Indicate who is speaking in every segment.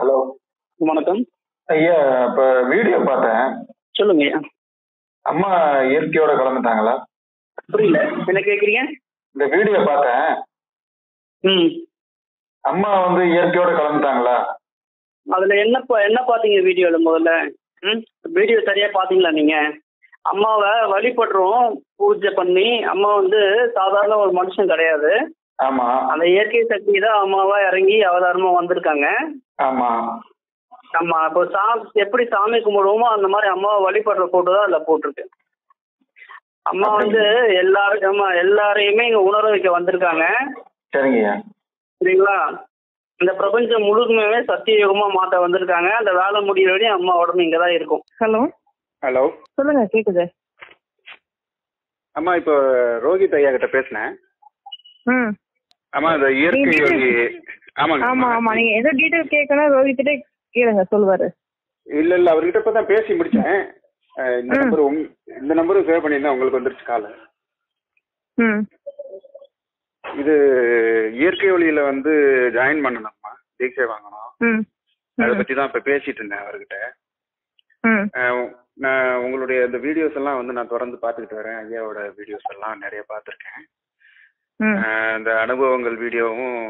Speaker 1: Hello
Speaker 2: வணக்கம்
Speaker 1: ஐயா இப்ப வீடியோ பார்த்தேன்
Speaker 2: சொல்லுங்க ஐயா
Speaker 1: அம்மா இயற்கையோட கலந்துட்டாங்களா
Speaker 2: புரியல என்ன கேக்குறீங்க
Speaker 1: இந்த வீடியோ பார்த்தேன்
Speaker 2: ம்
Speaker 1: அம்மா வந்து இயற்கையோட கலந்துட்டாங்களா
Speaker 2: அதுல என்ன பா- என்ன பாத்தீங்க வீடியோல முதல்ல ம் வீடியோ சரியா பாத்தீங்களா நீங்க அம்மாவை வழிபடுறோம் பூஜை பண்ணி அம்மா வந்து சாதாரண ஒரு மனுஷன் கிடையாது
Speaker 1: ஆமா
Speaker 2: அந்த இயற்கை சக்தி தான் அம்மாவா இறங்கி அவதாரமா வந்திருக்காங்க
Speaker 1: ஆமா
Speaker 2: நம்ம இப்போ சா எப்படி சாமி கும்பிடுவோமோ அந்த மாதிரி அம்மாவை வழிபடுற போட்டோ தான் அதில் போட்டிருக்கு அம்மா வந்து எல்லாரும் ஆமா எல்லாரையுமே இங்க உணர வைக்க வந்திருக்காங்க
Speaker 1: சரிங்கய்யா
Speaker 2: சரிங்களா இந்த பிரபஞ்சம் முழுமையாவே சத்தியயுகமா மாத்த வந்திருக்காங்க அந்த வேலை முடியிற வரையும் அம்மா உடம்பு இங்க தான் இருக்கும்
Speaker 3: ஹலோ
Speaker 4: ஹலோ
Speaker 3: சொல்லுங்க கேக்குது
Speaker 4: அம்மா இப்போ ரோஹித் ஐயா கிட்ட பேசினேன்
Speaker 3: ம்
Speaker 4: அம்மா இந்த இயற்கை
Speaker 3: நீங்க
Speaker 4: யோகி ஆமாங்க
Speaker 3: ஆமா ஆமா நீங்க ஏதோ டீடைல் கேட்கணும் ரோஹித்திட்டே கேளுங்க சொல்லுவாரு
Speaker 4: இல்ல இல்ல அவர்கிட்ட இப்ப தான் பேசி முடிச்சேன் அஹ், இந்த
Speaker 3: ம்.
Speaker 4: நம்பர் உங் இந்த நம்பரும் சேவ் பண்ணியிருந்தா உங்களுக்கு வந்துருச்சு கால
Speaker 3: ம்
Speaker 4: இது இயற்கை வழியில வந்து ஜாயின் பண்ணணும்மா தீட்சை வாங்கணும்
Speaker 3: ம்
Speaker 4: அதை பத்தி தான் இப்ப பேசிட்டு இருந்தேன் அவர்கிட்ட
Speaker 3: ம்
Speaker 4: அஹ், நான் உங்களுடைய இந்த வீடியோஸ் எல்லாம் வந்து நான் தொடர்ந்து பார்த்துக்கிட்டு வரேன் ஐயாவோட வீடியோஸ் எல்லாம் நிறைய பார்த்துருக்கேன்
Speaker 3: ம்
Speaker 4: அஹ் இந்த அனுபவங்கள் வீடியோவும்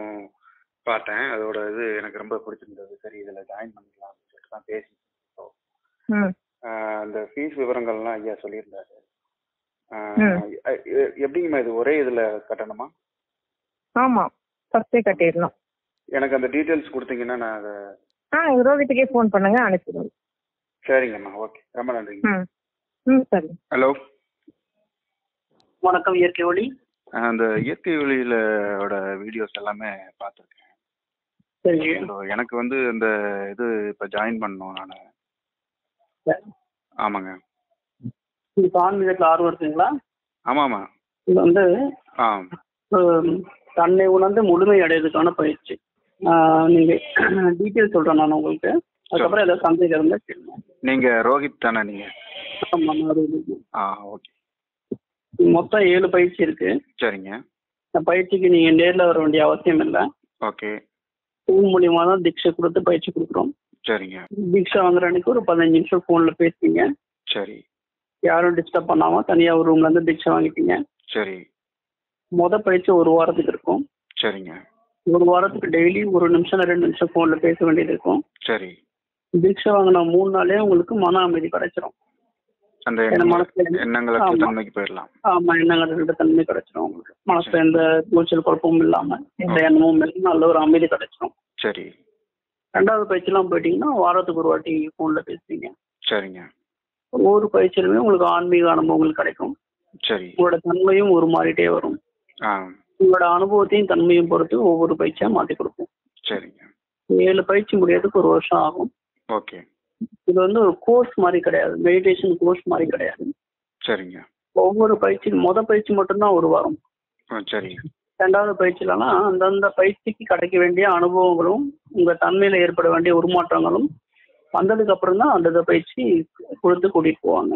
Speaker 4: பார்த்தேன் அதோட இது எனக்கு ரொம்ப பிடிச்சிருந்தது சரி இதில் ஜாயின் பண்ணிக்கலாம் அப்படின்னு சொல்லிட்டு தான் பேசி
Speaker 3: ம்
Speaker 4: அஹ் அந்த ஃபீஸ் விவரங்கள்லாம் ஐயா சொல்லியிருந்தாரு அஹ்
Speaker 3: ம்.
Speaker 4: எ- எ- எப்படிங்கம்மா இது ஒரே இதில் கட்டணுமா
Speaker 3: ஆமா ஃபர்ஸ்டே கட்டிடணும்
Speaker 4: எனக்கு அந்த டீட்டெயில்ஸ் கொடுத்தீங்கன்னா நான் அதை
Speaker 3: ஆ ரோஹித்துக்கே ஃபோன் பண்ணுங்க அனுப்பிடுவோம்
Speaker 4: சரிங்கம்மா ஓகே ரொம்ப நன்றிங்க
Speaker 3: ம் ம் சரி
Speaker 4: ஹலோ
Speaker 2: வணக்கம் இயற்கை ஒளி
Speaker 4: அந்த இயற்கை வெளியிலோட வீடியோஸ் எல்லாமே பார்த்துருக்கேன்
Speaker 2: சரிங்க
Speaker 4: எனக்கு வந்து இந்த இது இப்போ ஜாயின் பண்ணணும் நான் ஆமாங்க
Speaker 2: இப்போ ஆன்மீகத்தில் ஆர்வம் இருக்குங்களா
Speaker 4: ஆமாம்மா
Speaker 2: இது வந்து
Speaker 4: ஆ
Speaker 2: ஹம், தன்னை உணர்ந்து முழுமை அடையிறதுக்கான பயிற்சி ஆஹ், நீங்க டீட்டெயில் சொல்றேன் நான் உங்களுக்கு அதுக்கப்புறம் ஏதாவது சந்தேகம் இருந்தா கேளுங்க
Speaker 4: நீங்க ரோஹித் தானே நீங்க
Speaker 2: ஆமா, நான் ஒரு இது-
Speaker 4: ஆ ஓகே
Speaker 2: மொத்தம் ஏழு பயிற்சி இருக்கு
Speaker 4: சரிங்க
Speaker 2: இந்த பயிற்சிக்கு நீங்க நேர்ல வர வேண்டிய அவசியம் இல்லை
Speaker 4: ஓகே
Speaker 2: ஃபோன் மூலியமா தான் தீட்சை கொடுத்து பயிற்சி கொடுக்குறோம்
Speaker 4: சரிங்க
Speaker 2: தீட்சை வாங்குற அன்னைக்கு ஒரு பதினஞ்சு நிமிஷம் ஃபோன்ல பேசுவீங்க
Speaker 4: சரி
Speaker 2: யாரும் டிஸ்டர்ப் பண்ணாம தனியா ஒரு ரூம்ல இருந்து தீட்சை வாங்கிட்டீங்க
Speaker 4: சரி
Speaker 2: மொத பயிற்சி ஒரு வாரத்துக்கு இருக்கும்
Speaker 4: சரிங்க
Speaker 2: ஒரு வாரத்துக்கு டெய்லி ஒரு நிமிஷம் இல்ல ரெண்டு நிமிஷம் ஃபோன்ல பேச வேண்டியது இருக்கும்
Speaker 4: சரி
Speaker 2: தீட்சை வாங்கின மூணு நாளே உங்களுக்கு மன அமைதி கிடைச்சிரும்
Speaker 4: அந்த
Speaker 2: என்ன மனசுல என்ன-
Speaker 4: எண்ணங்களுக்கு
Speaker 2: ஆமா.
Speaker 4: தன்மைக்கு போயிடலாம்
Speaker 2: ஆமா எண்ணங்கள்கிட்ட தன்மை கிடைச்சிரும் உங்களுக்கு மனசுல எந்த கூச்சல் குழப்பமும் இல்லாம எந்த எண்ணமும் இல்லாம நல்ல ஒரு அமைதி கிடைச்சிரும்
Speaker 4: சரி
Speaker 2: ரெண்டாவது பயிற்சிலாம் போயிட்டீங்கன்னா வாரத்துக்கு ஒரு வாட்டி ஃபோன்ல பேசுவீங்க
Speaker 4: சரிங்க
Speaker 2: ஒவ்வொரு பயிற்சியிலுமே உங்களுக்கு ஆன்மீக அனுபவங்கள் கிடைக்கும்
Speaker 4: சரி
Speaker 2: உங்களோட தன்மையும் ஒரு மாறிட்டே வரும்
Speaker 4: ஆ
Speaker 2: உங்களோட அனுபவத்தையும் தன்மையும் பொறுத்து ஒவ்வொரு பயிற்சியா மாத்தி கொடுப்போம்
Speaker 4: சரிங்க
Speaker 2: ஏழு பயிற்சி முடியறதுக்கு ஒரு வருஷம் ஆகும்
Speaker 4: ஓகே
Speaker 2: இது வந்து ஒரு கோர்ஸ் மாதிரி கிடையாது மெடிடேஷன் கோர்ஸ் மாதிரி கிடையாது
Speaker 4: சரிங்க
Speaker 2: ஒவ்வொரு பயிற்சி முத பயிற்சி மட்டும்தான் ஒரு வாரம்
Speaker 4: ஆ சரி
Speaker 2: ரெண்டாவது பயிற்சியிலலாம் அந்தந்த பயிற்சிக்கு கிடைக்க வேண்டிய அனுபவங்களும் உங்க தன்மையில ஏற்பட வேண்டிய உருமாற்றங்களும் வந்ததுக்கு அப்புறம் தான் அந்தந்த பயிற்சி கொடுத்து கூட்டிட்டு போவாங்க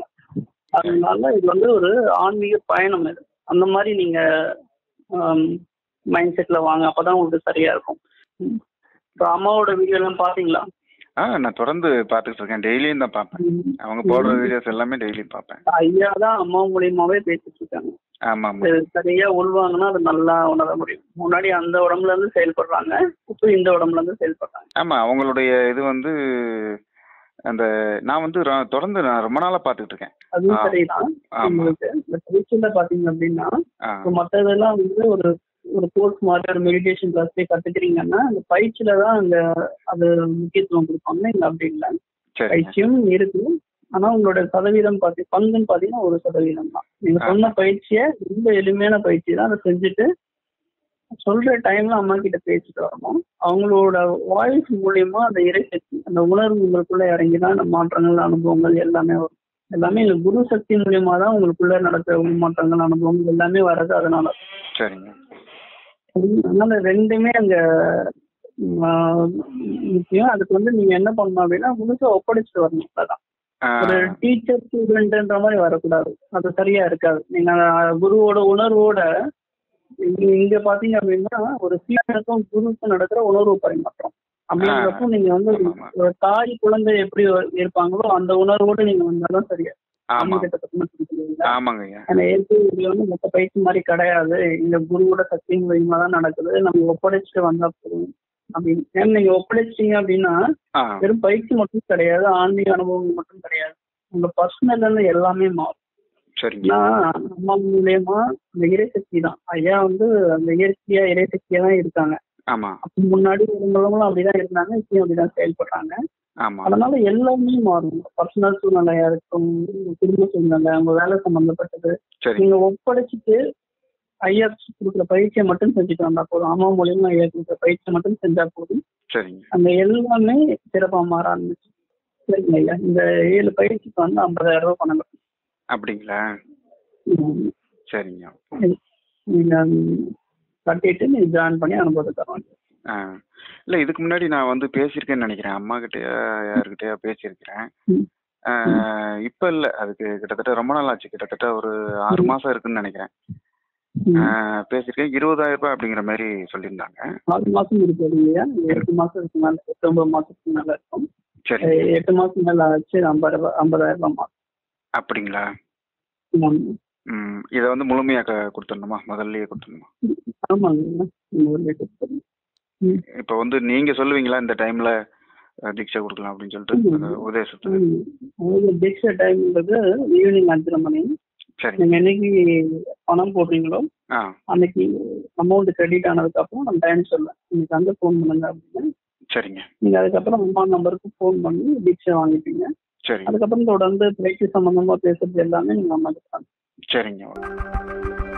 Speaker 2: அதனால இது வந்து ஒரு ஆன்மீக பயணம் இது அந்த மாதிரி நீங்க மைண்ட் செட்ல வாங்க அப்பதான் உங்களுக்கு சரியா இருக்கும் ம். இப்ப அம்மாவோட வீடியோ எல்லாம் பாத்தீங்களா
Speaker 4: ஆ நான் தொடர்ந்து பார்த்துட்டு இருக்கேன் டெய்லியும் தான் பார்ப்பேன் அவங்க போடுற வீடியோஸ் எல்லாமே டெய்லியும் பார்ப்பேன்
Speaker 2: ஐயா தான் அம்மா மூலியமாவே பேசிட்டு இருக்காங்க
Speaker 4: ஆமாம் ஆமாம்
Speaker 2: இது சரியா உள்வாங்கினா அது நல்லா உணர முடியும் முன்னாடி அந்த உடம்புல இருந்து செயல்படுறாங்க இப்போ இந்த உடம்புல இருந்து செயல்படுறாங்க
Speaker 4: ஆமாம் அவங்களுடைய இது வந்து அந்த நான் வந்து ரொ- தொடர்ந்து நான் ரொம்ப நாளாக பார்த்துட்டு இருக்கேன்
Speaker 2: அதுவும்
Speaker 4: ஆ.
Speaker 2: சரிதான்
Speaker 4: ஆமாம்
Speaker 2: உங்களுக்கு இந்த பயிற்சியில பாத்தீங்க அப்படின்னா
Speaker 4: ஆ
Speaker 2: இப்ப மத்ததெல்லாம் வந்து ஒரு ஒரு கோர்ஸ் மாதிரி ஒரு மெடிடேஷன் கிளாஸ் போய் கத்துக்கிறீங்கன்னா அந்த பயிற்சியில தான் அந்த அது முக்கியத்துவம் கொடுப்பாங்க இங்க அப்படி இல்லை
Speaker 4: சரிங்க
Speaker 2: பயிற்சியும் இருக்கு ஆனா உங்களோட சதவீதம் பாத்தி பங்குன்னு பாத்தீங்கன்னா ஒரு சதவீதம் தான் நீங்க
Speaker 4: ஆ.
Speaker 2: சொன்ன பயிற்சியை ரொம்ப எளிமையான பயிற்சி தான் அதை செஞ்சுட்டு சொல்ற டைம்ல அம்மா கிட்ட பேசிட்டு வரணும் அவங்களோட வாய்ஸ் மூலியமா அந்த இறை சக்தி அந்த உணர்வு உங்களுக்குள்ள இறங்கிதான் அந்த மாற்றங்கள் அனுபவங்கள் எல்லாமே வரும் எல்லாமே இந்த குரு சக்தி மூலியமா தான் உங்களுக்குள்ள நடக்கிற மாற்றங்கள் அனுபவங்கள் எல்லாமே வர்றது அதனால
Speaker 4: சரிங்க
Speaker 2: அதனால ரெண்டுமே அங்க ம், முக்கியம் அதுக்கு வந்து நீங்க என்ன பண்ணணும் அப்படின்னா முழுசா ஒப்படைச்சிட்டு வரணும் அதான்
Speaker 4: ஆ,
Speaker 2: ஒரு டீச்சர் ஸ்டூடெண்ட்ன்ற மாதிரி வரக்கூடாது அது சரியா இருக்காது நீங்க அந்த குருவோட உணர்வோட இங்க- இங்க பாத்தீங்க அப்படின்னா ஒரு சீடனுக்கும் குருவுக்கும் நடக்கிற உணர்வு பரிமாற்றம் அப்படிங்கிறப்போ நீங்க வந்து
Speaker 4: ஆமா, ஆமா.
Speaker 2: ஒரு தாய் குழந்தை எப்படி இருப்பாங்களோ அந்த உணர்வோட நீங்க வந்தாலும் சரியா
Speaker 4: ஆமா
Speaker 2: கிட்ட பக்கமா சொல்லுவீங்க
Speaker 4: ஆமாங்க ஐயா
Speaker 2: அந்த ஏற்கனவே வந்து மொத்த பயிற்சி மாதிரி கிடையாது இந்த குருவோட சக்தியின் மூலியமா தான் நடக்குது நம்ம ஒப்படைச்சிட்டு வந்தா போதும் அப்படின்னு ஏன்னா நீங்க ஒப்படைச்சிட்டீங்க அப்படின்னா
Speaker 4: ஆ
Speaker 2: வெறும் பயிற்சி மட்டும் கிடையாது ஆன்மீக அனுபவம் மட்டும் கிடையாது உங்க பர்சனல் எல்லாமே மாறும்
Speaker 4: சரிங்க
Speaker 2: ஏன்னா நம்ம மூலியமா அந்த இறைசக்தி தான் ஐயா வந்து அந்த இயற்கையா இறைசக்தியா தான் இருக்காங்க
Speaker 4: ஆமா
Speaker 2: அப்ப முன்னாடி இருந்தவங்களும் அப்படிதான் இருந்தாங்க இப்பயும் அப்படிதான் செயல்படுறாங்க
Speaker 4: ஆமா
Speaker 2: அதனால எல்லாமே மாறும் பர்சனல் சூழ்நிலையா இருக்கும் உங்க குடும்ப சூழ்நிலை உங்க வேலை சம்பந்தப்பட்டது
Speaker 4: சரிங்க
Speaker 2: நீங்க ஒப்படைச்சிட்டு ஐயா கொடுக்குற பயிற்சியை மட்டும் செஞ்சுட்டு வந்தா போதும் அம்மா மூலியமா ஐயா கொடுக்குற பயிற்சியை மட்டும் செஞ்சா போதும்
Speaker 4: சரிங்க
Speaker 2: அந்த எல்லாமே சிறப்பா மாற ஆரம்பிச்சு சரிங்க ஐயா இந்த ஏழு பயிற்சிக்கு வந்து ஐம்பதாயிரம் ரூபாய் பணம் கட்டணும்.
Speaker 4: அப்படிங்களா
Speaker 2: ம்.
Speaker 4: சரிங்க
Speaker 2: நீங்க ம், கட்டிட்டு நீங்க ஜாயின் பண்ணி அனுபவத்தை தரோம்
Speaker 4: ஆ இல்லை இதுக்கு முன்னாடி நான் வந்து பேசியிருக்கேன்னு நினைக்கிறேன் அம்மா கிட்டயா யாருக்கிட்டயா பேசியிருக்கிறேன்
Speaker 2: ம்.
Speaker 4: ஆ, இப்ப இல்ல அதுக்கு கிட்டத்தட்ட ரொம்ப நாள் ஆச்சு கிட்டத்தட்ட ஒரு ஆறு மாசம் இருக்குன்னு நினைக்கிறேன் ஆ,
Speaker 2: ம்.
Speaker 4: பேசியிருக்கேன் இருபதாயிரம் ரூபாய் அப்படிங்கிற மாதிரி சொல்லியிருந்தாங்க
Speaker 2: ஆறு மாசம் இருக்காது இல்லையா எட்டு மாசத்துக்கு மேல எட்டு ஒன்பது மாசத்துக்கு மேல இருக்கும்
Speaker 4: சரி
Speaker 2: எ- எட்டு மாசம் மேல ஆச்சு ஐம்பது ஐம்பதாயிரம் ரூபாய்
Speaker 4: அப்படிங்களா
Speaker 2: மாசம்
Speaker 4: ம் இதை வந்து முழுமையாக க- கொடுத்துடணுமா முதல்லயே கொடுத்துடணுமா
Speaker 2: ஆமாங்க நீங்க ஒரு வீட்டுக்கு போறீங்க.
Speaker 4: இப்போ வந்து நீங்க சொல்லுவீங்களா இந்த டைம்ல அஹ், தீட்சை கொடுக்கலாம் அப்படின்னு சொல்லிட்டு அந்த உபதேசத்தை
Speaker 2: ம். உங்களுக்கு தீட்சை டைம்ன்றது ஈவினிங் அஞ்சரை மணி
Speaker 4: சரிங்க
Speaker 2: நீங்க என்னைக்கு பணம் போடுறீங்களோ
Speaker 4: ஆ
Speaker 2: அன்னைக்கு அமௌண்ட் கிரெடிட் ஆனதுக்கு அப்புறம் நம்ம டைம் சொல்லுவேன் இன்னைக்கு அங்க ஃபோன் பண்ணுங்க அப்படின்னு
Speaker 4: சரிங்க
Speaker 2: நீங்க அதுக்கப்புறம் அம்மா நம்பருக்கு ஃபோன் பண்ணி தீட்சை வாங்கிப்பீங்க
Speaker 4: சரிங்க
Speaker 2: அதுக்கப்புறம் தொடர்ந்து பயிற்சி சம்பந்தமா பேசுறது எல்லாமே நீங்க அம்மா கிட்ட
Speaker 4: சரிங்க